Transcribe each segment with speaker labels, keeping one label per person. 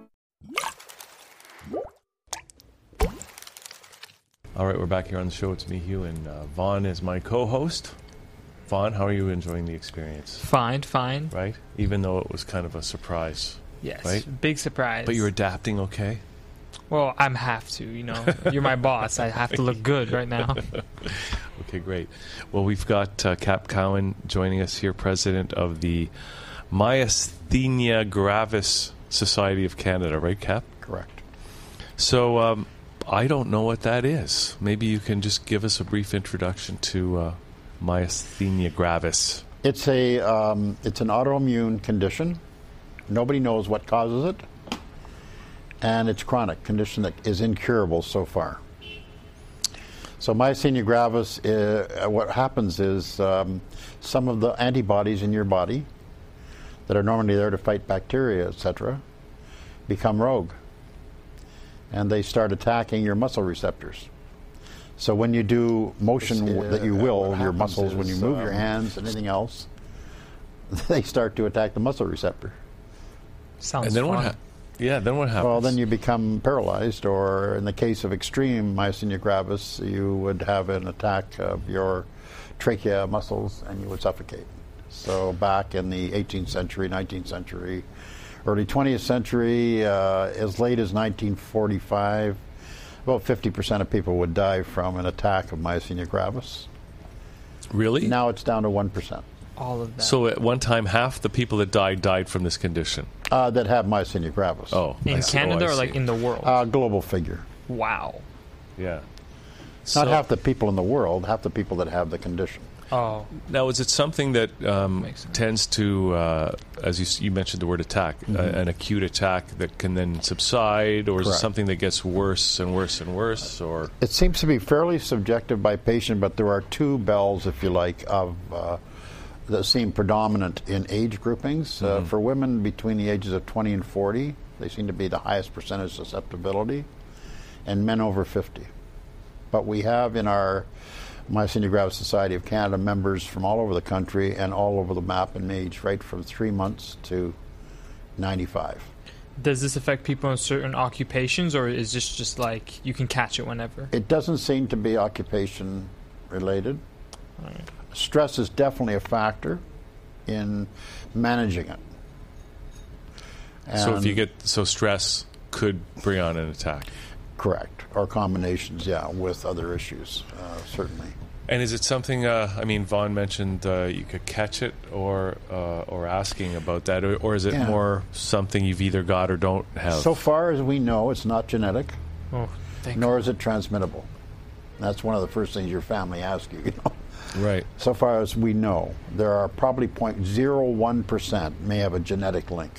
Speaker 1: All right, we're back here on the show. It's me, Hugh, and uh, Vaughn is my co-host. Vaughn, how are you enjoying the experience?
Speaker 2: Fine, fine.
Speaker 1: Right, even though it was kind of a surprise,
Speaker 2: Yes.
Speaker 1: Right?
Speaker 2: Big surprise.
Speaker 1: but you're adapting okay.
Speaker 2: well, I'm have to, you know. You're my boss. I have to look good right now.
Speaker 1: Okay, great. Well, we've got uh, Cap Cowan joining us here, president of the Myasthenia Gravis Society of Canada. Right, Cap?
Speaker 3: Correct.
Speaker 1: So um, I don't know what that is. Maybe you can just give us a brief introduction to uh, myasthenia gravis.
Speaker 3: It's a um, it's an autoimmune condition. Nobody knows what causes it, and it's chronic condition that is incurable so far. So myasthenia gravis, uh, what happens is um, some of the antibodies in your body that are normally there to fight bacteria, etc., become rogue, and they start attacking your muscle receptors. So when you do motion w- that you
Speaker 4: uh,
Speaker 3: will,
Speaker 4: what
Speaker 3: your
Speaker 4: happens
Speaker 3: muscles, when you
Speaker 4: is,
Speaker 3: move your
Speaker 4: um,
Speaker 3: hands and anything else, they start to attack the muscle receptor.
Speaker 2: Sounds
Speaker 1: And then
Speaker 2: fun.
Speaker 1: what? Ha- yeah, then what happens?
Speaker 3: Well, then you become paralyzed, or in the case of extreme myasthenia gravis, you would have an attack of your trachea muscles and you would suffocate. So, back in the 18th century, 19th century, early 20th century, uh, as late as 1945, about 50% of people would die from an attack of myasthenia gravis.
Speaker 1: really?
Speaker 3: Now it's down to 1%
Speaker 2: All of that.
Speaker 1: So at one time, half the people that died died from this condition.
Speaker 3: uh, that have myasthenia gravis.
Speaker 1: Oh, I
Speaker 2: in
Speaker 1: see.
Speaker 2: Canada
Speaker 1: Oh, I
Speaker 2: or like
Speaker 1: see.
Speaker 2: in the world?
Speaker 3: Uh, global figure.
Speaker 2: wow.
Speaker 1: yeah.
Speaker 3: Not
Speaker 1: So-
Speaker 3: half the people in the world, half the people that have the condition.
Speaker 2: Oh,
Speaker 1: Now, is it something that um,
Speaker 2: Makes sense.
Speaker 1: tends to, uh, as you, s- you mentioned the word attack, a-
Speaker 2: Mm-hmm.
Speaker 1: an acute attack that can then subside, or is it
Speaker 3: Correct.
Speaker 1: something that gets worse and worse and worse? Or
Speaker 3: It seems to be fairly subjective by patient, but there are two bells, if you like, of uh, that seem predominant in age groupings. Uh, for women between the ages of 20 and 40, they seem to be the highest percentage susceptibility, and men over 50. But we have in our Myasthenia Gravis Society of Canada members from all over the country and all over the map in age, right from three months to 95.
Speaker 2: does this affect people in certain occupations, or is this just like you can catch it whenever?
Speaker 3: It doesn't seem to be occupation related. Stress is definitely a factor in managing it.
Speaker 1: so if you
Speaker 2: Um,
Speaker 3: And-
Speaker 1: get so stress could bring on an attack.
Speaker 3: correct or combinations, yeah, with other issues, uh, certainly.
Speaker 1: And is it something? Uh, I mean, Vaughn mentioned uh, you could catch it, or uh, or asking about that, or, or is it
Speaker 3: Yeah.
Speaker 1: more something you've either got or don't have?
Speaker 3: So far as we know, it's not genetic,
Speaker 2: Oh, thank
Speaker 3: nor is it transmittable. That's one of the first things your family asks you. You know,
Speaker 1: right.
Speaker 3: so far as we know, there are probably 0.01 percent may have a genetic link.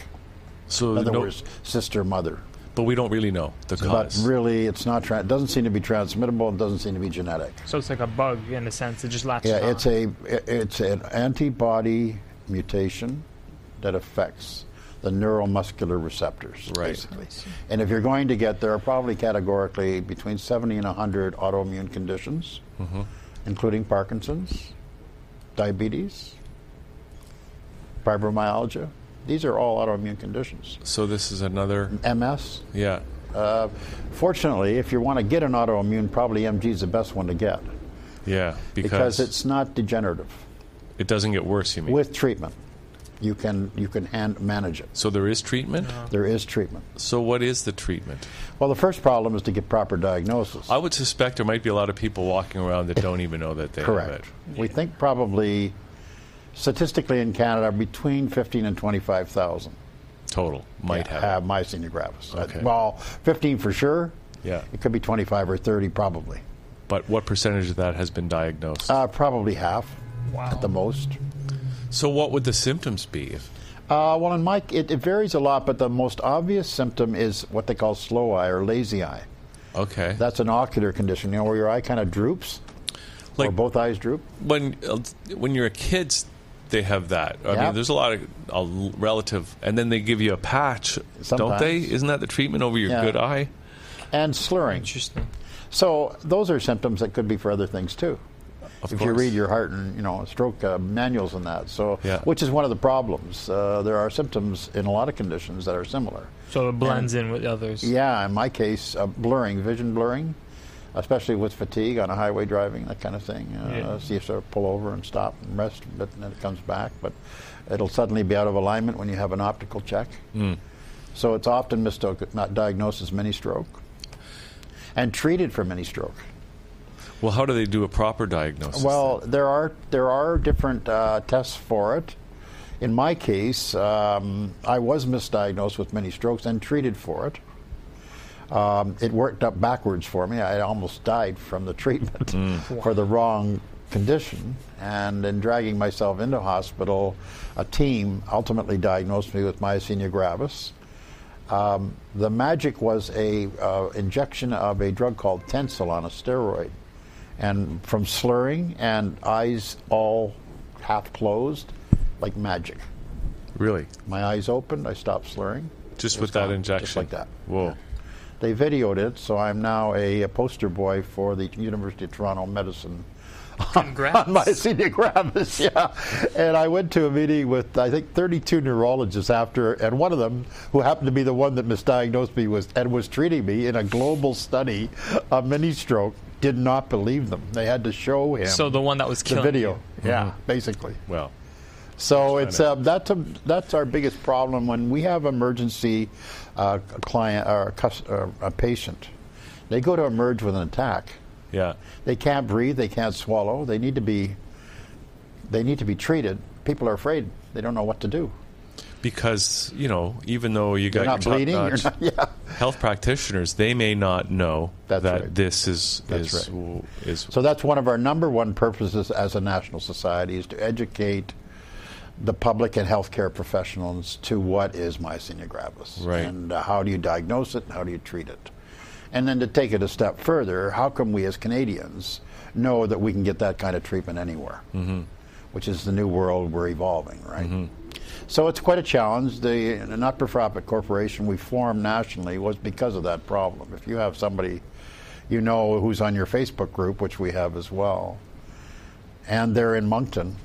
Speaker 1: So
Speaker 3: In other
Speaker 1: no-
Speaker 3: words, sister, mother.
Speaker 1: but we don't really know the
Speaker 3: But
Speaker 1: cause.
Speaker 3: really, it's not. Tra- it doesn't seem to be transmittable. It doesn't seem to be genetic.
Speaker 2: So it's like a bug in a sense. It just latches
Speaker 3: Yeah,
Speaker 2: on.
Speaker 3: it's a i- it's an antibody mutation that affects the neuromuscular receptors,
Speaker 1: Right.
Speaker 3: basically. And if you're going to get, there are probably categorically between 70 and 100 autoimmune conditions, including Parkinson's, diabetes, fibromyalgia. These are all autoimmune conditions.
Speaker 1: so this is
Speaker 3: Mm.
Speaker 1: another.
Speaker 3: MS,
Speaker 1: Yeah.
Speaker 3: Uh, fortunately, if you want to get an autoimmune, probably MG is the best one to get
Speaker 1: Yeah. Because,
Speaker 3: because it's not degenerative.
Speaker 1: it doesn't get worse. You mean?
Speaker 3: With treatment, you can you can hand manage it.
Speaker 1: so there is treatment.
Speaker 3: There is treatment.
Speaker 1: So what is the treatment?
Speaker 3: Well, the first problem is to get proper diagnosis.
Speaker 1: I would suspect there might be a lot of people walking around that don't even know that they have it.
Speaker 3: Correct. We think probably statistically in Canada between 15 and 25,000
Speaker 1: Total might have. it.
Speaker 3: have myasthenia gravis. Uh,
Speaker 1: Okay.
Speaker 3: Well, 15 for sure.
Speaker 1: Yeah.
Speaker 3: It could be 25 or 30 probably.
Speaker 1: But what percentage of that has been diagnosed?
Speaker 3: Uh, probably half
Speaker 2: Wow.
Speaker 3: at the most.
Speaker 1: so what would the symptoms be? If,
Speaker 3: Uh, well, in Mike, it, it varies a lot, but the most obvious symptom is what they call slow eye or lazy eye.
Speaker 1: Okay.
Speaker 3: That's an ocular condition, you know, where your eye kind of droops, or
Speaker 1: like
Speaker 3: both eyes droop.
Speaker 1: when when you're a kid, they have that. I
Speaker 3: Yeah.
Speaker 1: mean, there's a lot of a l- relative, and then they give you a patch, don't they?
Speaker 3: Sometimes.
Speaker 1: Isn't that the treatment over your
Speaker 3: Yeah.
Speaker 1: good eye?
Speaker 3: And slurring.
Speaker 2: Interesting.
Speaker 3: So those are symptoms that could be for other things too.
Speaker 1: Of
Speaker 3: if you
Speaker 1: course.
Speaker 3: read your heart and you know stroke uh, manuals and that, so
Speaker 1: Yeah.
Speaker 3: which is one of the problems. Uh, there are symptoms in a lot of conditions that are similar.
Speaker 2: So it blends in with others.
Speaker 3: Yeah, in my case, uh, blurring, vision blurring, especially with fatigue on a highway driving, that kind of thing. Uh,
Speaker 2: Yeah.
Speaker 3: So you sort of pull over and stop and rest, but then it comes back. But it'll suddenly be out of alignment when you have an optical check. So it's often mistook, not diagnosed as mini stroke, and treated for mini stroke.
Speaker 1: Well, how do they do a proper diagnosis?
Speaker 3: Well, there are there are different uh, tests for it. In my case, um, I was misdiagnosed with many strokes and treated for it. Um, it worked up backwards for me. I almost died from the treatment for the wrong condition. And in dragging myself into hospital, a team ultimately diagnosed me with myasthenia gravis. Um, the magic was a uh, injection of a drug called Tensil on a steroid, and from slurring and eyes all half closed, like magic.
Speaker 1: really,
Speaker 3: My eyes opened. I stopped slurring.
Speaker 1: just
Speaker 3: It
Speaker 1: with
Speaker 3: was
Speaker 1: that
Speaker 3: gone,
Speaker 1: injection,
Speaker 3: just like that.
Speaker 1: Whoa.
Speaker 3: They videoed it, so I'm now a, a poster boy for the University of Toronto Medicine
Speaker 2: Congrats.
Speaker 3: on myasthenia gravis. Yeah, and I went to a meeting with I think 32 neurologists after, and one of them, who happened to be the one that misdiagnosed me, was and was treating me in a global study of mini stroke. Did not believe them. They had to show him
Speaker 2: So the one that was
Speaker 3: the
Speaker 2: killing
Speaker 3: video.
Speaker 2: you. Mm-hmm.
Speaker 3: Yeah, basically.
Speaker 1: Well,
Speaker 3: So it's uh, that's a, that's our biggest problem when we have emergency uh, client or a, cus- or a patient. They go to emerge with an attack.
Speaker 1: yeah.
Speaker 3: They can't breathe. They can't swallow. They need to be. They need to be treated. People are afraid. They don't know what to do.
Speaker 1: Because you know, even though you
Speaker 3: You're
Speaker 1: got
Speaker 3: not
Speaker 1: your
Speaker 3: bleeding. You're
Speaker 1: top-notch
Speaker 3: not. Yeah.
Speaker 1: health practitioners, they may not know
Speaker 3: That's
Speaker 1: that
Speaker 3: right.
Speaker 1: this is
Speaker 3: That's
Speaker 1: is is
Speaker 3: So that's one of our number one purposes as a national society is to educate the public and healthcare professionals to what is myasthenia gravis
Speaker 1: Right.
Speaker 3: and uh, how do you diagnose it and how do you treat it. And then to take it a step further, how come we as Canadians know that we can get that kind of treatment anywhere? Mm-hmm. Which is the new world we're evolving, right? So it's quite a challenge. The not-for-profit corporation we formed nationally was because of that problem. If you have somebody you know who's on your Facebook group, which we have as well, and they're in Moncton,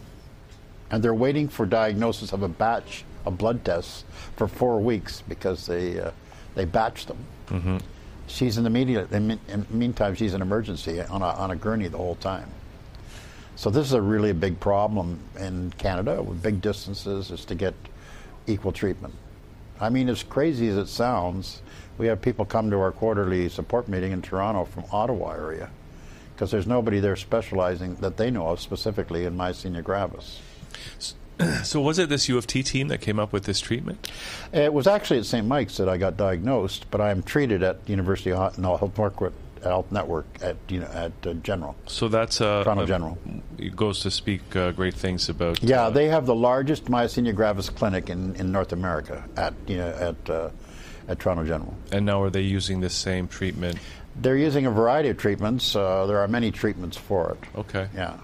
Speaker 3: and they're waiting for diagnosis of a batch of blood tests for four weeks because they uh, they batch them. Mm-hmm. She's in the media. In, mean- in the meantime, she's in emergency on a, on a gurney the whole time. So this is a really big problem in Canada with big distances is to get equal treatment. I mean, as crazy as it sounds, we have people come to our quarterly support meeting in Toronto from Ottawa area because there's nobody there specializing that they know of specifically in myasthenia gravis.
Speaker 1: So was it this U of T team that came up with this treatment?
Speaker 3: It was actually at St. Mike's that I got diagnosed, but I'm treated at University Ho- no, Health Network, Health Network at you know at uh, General.
Speaker 1: So that's uh,
Speaker 3: Toronto
Speaker 1: uh,
Speaker 3: General.
Speaker 1: It goes to speak uh, great things about.
Speaker 3: Yeah,
Speaker 1: uh,
Speaker 3: they have the largest myasthenia gravis clinic in, in North America at you know, at uh, at Toronto General.
Speaker 1: and now are they using this same treatment?
Speaker 3: They're using a variety of treatments. Uh, there are many treatments for it.
Speaker 1: Okay.
Speaker 3: Yeah,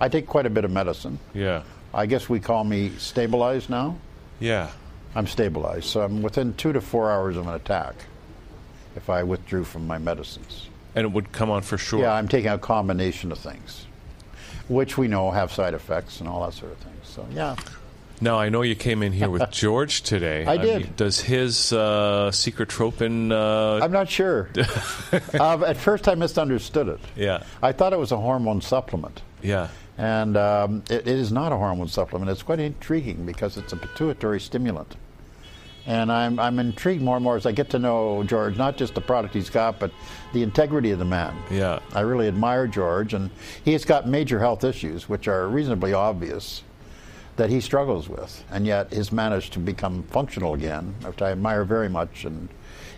Speaker 3: I take quite a bit of medicine.
Speaker 1: Yeah.
Speaker 3: I guess we call me stabilized now.
Speaker 1: Yeah.
Speaker 3: I'm stabilized, so I'm within two to four hours of an attack if I withdrew from my medicines.
Speaker 1: And it would come on for sure.
Speaker 3: Yeah, I'm taking a combination of things, which we know have side effects and all that sort of thing. So yeah,
Speaker 1: Now I know you came in here with George today.
Speaker 3: I did.
Speaker 1: does his uh, secretropin? Uh,
Speaker 3: I'm not sure. uh, at first, I misunderstood it.
Speaker 1: Yeah.
Speaker 3: I thought it was a hormone supplement,
Speaker 1: yeah.
Speaker 3: and um, it, it is not a hormone supplement. It's quite intriguing because it's a pituitary stimulant. And I'm, I'm intrigued more and more as I get to know George, not just the product he's got, but the integrity of the man.
Speaker 1: Yeah.
Speaker 3: I really admire George, and he has got major health issues, which are reasonably obvious, that he struggles with, and yet has managed to become functional again, which I admire very much. And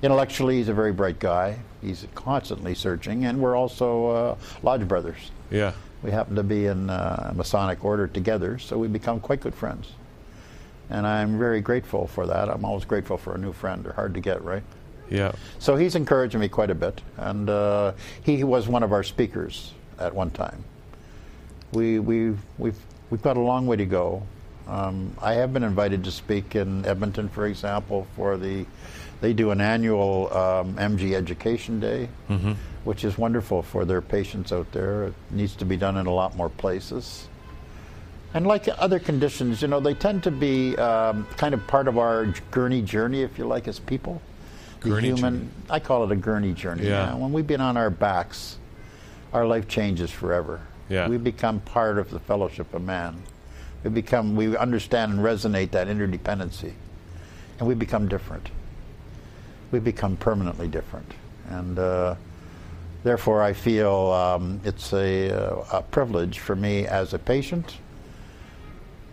Speaker 3: intellectually, he's a very bright guy. He's constantly searching, and we're also uh, lodge brothers.
Speaker 1: Yeah.
Speaker 3: We happen to be in uh, Masonic order together, so we become quite good friends. And I'm very grateful for that. I'm always grateful for a new friend. They're hard to get, right?
Speaker 1: Yeah.
Speaker 3: So he's encouraging me quite a bit, and uh, he was one of our speakers at one time. We we we've we've got a long way to go. Um, I have been invited to speak in Edmonton, for example, for the they do an annual um, MG Education Day,
Speaker 1: Mm-hmm.
Speaker 3: which is wonderful for their patients out there. It needs to be done in a lot more places. And like other conditions, you know, they tend to be um, kind of part of our gurney journey, if you like, as people. The
Speaker 1: Gurney
Speaker 3: human,
Speaker 1: journey.
Speaker 3: I call it a gurney journey.
Speaker 1: Yeah.
Speaker 3: When we've been on our backs, our life changes forever.
Speaker 1: Yeah.
Speaker 3: We become part of the fellowship of man. We become, we understand and resonate that interdependency, and we become different. We become permanently different, and. Uh, Therefore, I feel um, it's a, uh, a privilege for me as a patient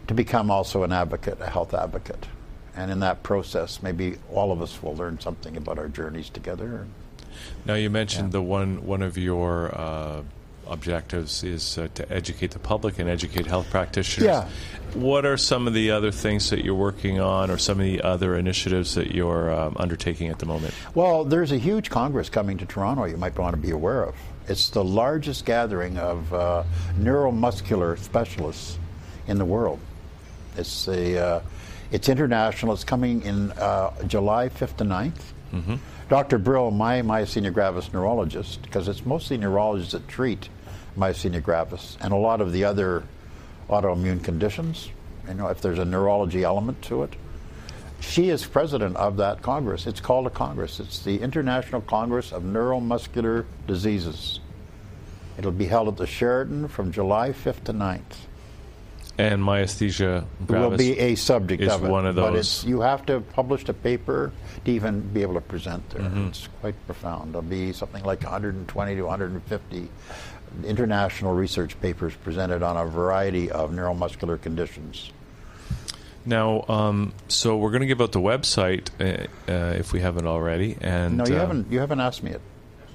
Speaker 3: to become also an advocate, a health advocate. And in that process, maybe all of us will learn something about our journeys together.
Speaker 1: Now you mentioned the one one of your uh, objectives is uh, to educate the public and educate health practitioners.
Speaker 3: Yeah.
Speaker 1: What are some of the other things that you're working on, or some of the other initiatives that you're um, undertaking at the moment?
Speaker 3: Well, there's a huge congress coming to Toronto you might want to be aware of. It's the largest gathering of uh, neuromuscular specialists in the world. It's, a, uh, it's international. It's coming in uh, July 5th to 9th. Dr. Brill, my myasthenia gravis neurologist, because it's mostly neurologists that treat myasthenia gravis and a lot of the other autoimmune conditions, you know, if there's a neurology element to it she is president of that congress. It's called a congress. It's the International Congress of Neuromuscular Diseases. It'll be held at the Sheraton from July 5th to 9th.
Speaker 1: And myasthenia
Speaker 3: It
Speaker 1: gravis.
Speaker 3: will be a subject
Speaker 1: is
Speaker 3: of it.
Speaker 1: one of
Speaker 3: But
Speaker 1: those.
Speaker 3: it's, you have to have published a paper to even be able to present there.
Speaker 1: Mm-hmm.
Speaker 3: It's quite profound. There'll be something like 120 to 150 international research papers presented on a variety of neuromuscular conditions.
Speaker 1: now, um, so we're going to give out the website uh, uh, if we haven't already. And
Speaker 3: No, you
Speaker 1: um,
Speaker 3: haven't. You haven't asked me it,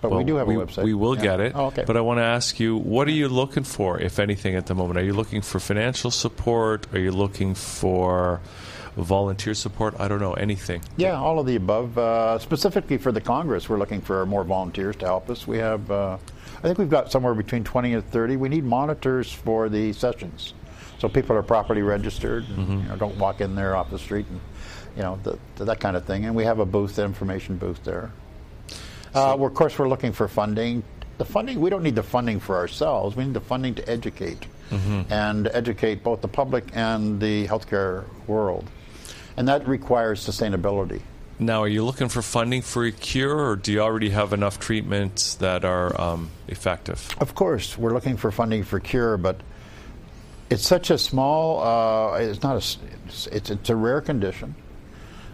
Speaker 3: but
Speaker 1: well,
Speaker 3: we do have
Speaker 1: we,
Speaker 3: a website.
Speaker 1: We will
Speaker 3: Yeah.
Speaker 1: get it.
Speaker 3: Oh, okay.
Speaker 1: But I want to ask you, what are you looking for, if anything, at the moment? Are you looking for financial support? Are you looking for volunteer support? I don't know anything.
Speaker 3: Yeah, all of the above. Uh, specifically for the Congress, we're looking for more volunteers to help us. We have, uh, I think we've got somewhere between 20 and 30. We need monitors for the sessions, so people are properly registered. And, You know, don't walk in there off the street and, you know, th th that kind of thing. And we have a booth, information booth there. Uh, we're, of course, we're looking for funding. The funding we don't need the funding for ourselves. We need the funding to educate and educate both the public and the healthcare world, and that requires sustainability.
Speaker 1: Now, are you looking for funding for a cure, or do you already have enough treatments that are um, effective?
Speaker 3: Of course, we're looking for funding for cure, but it's such a small. Uh, it's not a. s- It's, it's it's a rare condition.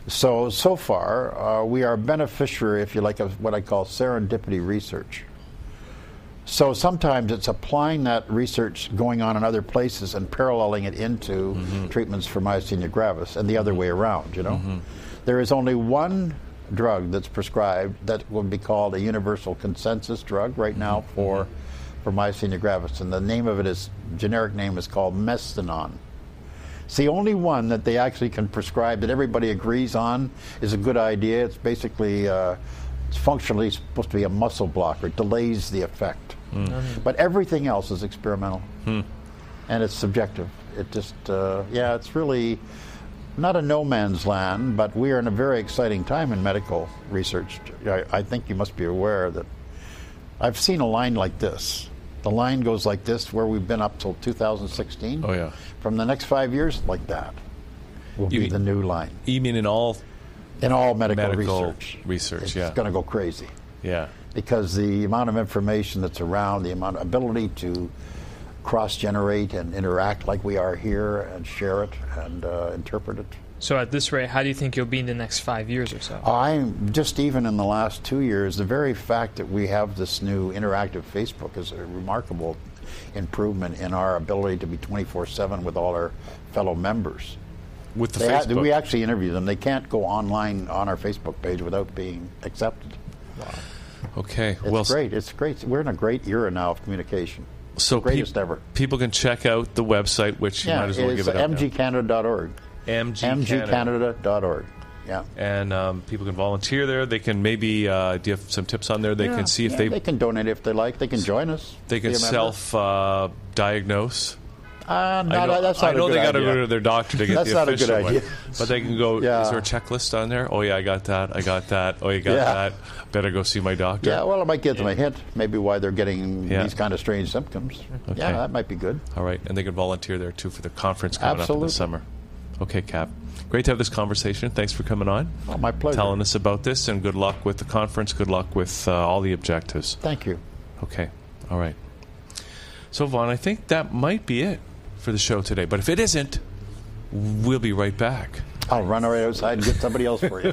Speaker 3: So so far, uh, we are a beneficiary, if you like, of what I call serendipity research. So sometimes it's applying that research going on in other places and paralleling it into treatments for myasthenia gravis and the other way around, you know. There is only one drug that's prescribed that would be called a universal consensus drug right now for for myasthenia gravis and the name of it is generic name is called Mestinon. It's the only one that they actually can prescribe that everybody agrees on is a good idea. It's basically uh, it's functionally supposed to be a muscle blocker. It delays the effect. But everything else is experimental, and it's subjective. It just uh, yeah, it's really not a no man's land. But we are in a very exciting time in medical research. I, I think you must be aware that I've seen a line like this. The line goes like this, where we've been up till 2016
Speaker 1: Oh, yeah.
Speaker 3: from the next five years like that will
Speaker 1: You
Speaker 3: be
Speaker 1: mean-
Speaker 3: the new line
Speaker 1: You mean in E all?
Speaker 3: in all medical,
Speaker 1: Medical
Speaker 3: research.
Speaker 1: research,
Speaker 3: it's
Speaker 1: yeah.
Speaker 3: going to go crazy
Speaker 1: Yeah.
Speaker 3: because the amount of information that's around, the amount of ability to cross generate and interact like we are here and share it and uh, interpret it.
Speaker 2: So at this rate, how do you think you'll be in the next five years or so?
Speaker 3: I'm just even in the last two years, the very fact that we have this new interactive Facebook is a remarkable improvement in our ability to be 24 7 with all our fellow members.
Speaker 1: With the
Speaker 3: They ha-
Speaker 1: Facebook.
Speaker 3: we actually interview them. They can't go online on our Facebook page without being accepted.
Speaker 1: okay.
Speaker 3: It's
Speaker 1: well,
Speaker 3: great. It's great. We're in a great era now of communication.
Speaker 1: so peop-
Speaker 3: greatest ever.
Speaker 1: People can check out the website, which you might as well
Speaker 3: it's
Speaker 1: give it up now.
Speaker 3: mgcanada.org.
Speaker 1: MG, Canada.
Speaker 3: mgcanada.org. Yeah.
Speaker 1: And um, people can volunteer there. They can maybe, uh, do you have some tips on there? They
Speaker 3: Yeah,
Speaker 1: can see if
Speaker 3: yeah,
Speaker 1: they,
Speaker 3: they can donate if they like. They can join us.
Speaker 1: they can
Speaker 3: Be a member.
Speaker 1: self uh, diagnose.
Speaker 3: Uh, no,
Speaker 1: I know,
Speaker 3: that's not
Speaker 1: I know
Speaker 3: a good
Speaker 1: they got to
Speaker 3: idea.
Speaker 1: go to their doctor to get
Speaker 3: That's
Speaker 1: the
Speaker 3: not a
Speaker 1: official
Speaker 3: good idea.
Speaker 1: one. But they can go.
Speaker 3: Yeah.
Speaker 1: Is there a checklist on there? Oh yeah, I got that. I got that. Oh, you got
Speaker 3: Yeah.
Speaker 1: that. Better go see my doctor.
Speaker 3: Yeah, well, it might give them a hint, maybe why they're getting
Speaker 1: Yeah.
Speaker 3: these kind of strange symptoms.
Speaker 1: Okay.
Speaker 3: Yeah, that might be good.
Speaker 1: All right, and they can volunteer there too for the conference coming up in
Speaker 3: Absolutely.
Speaker 1: the summer. Okay, Cap. Great to have this conversation. Thanks for coming on,
Speaker 3: Oh, my pleasure.
Speaker 1: telling us about this, and good luck with the conference. Good luck with uh, all the objectives.
Speaker 3: Thank you.
Speaker 1: Okay. All right. So, Vaughn, I think that might be it for the show today. But if it isn't, we'll be right back.
Speaker 3: I'll run right outside and get somebody else for you.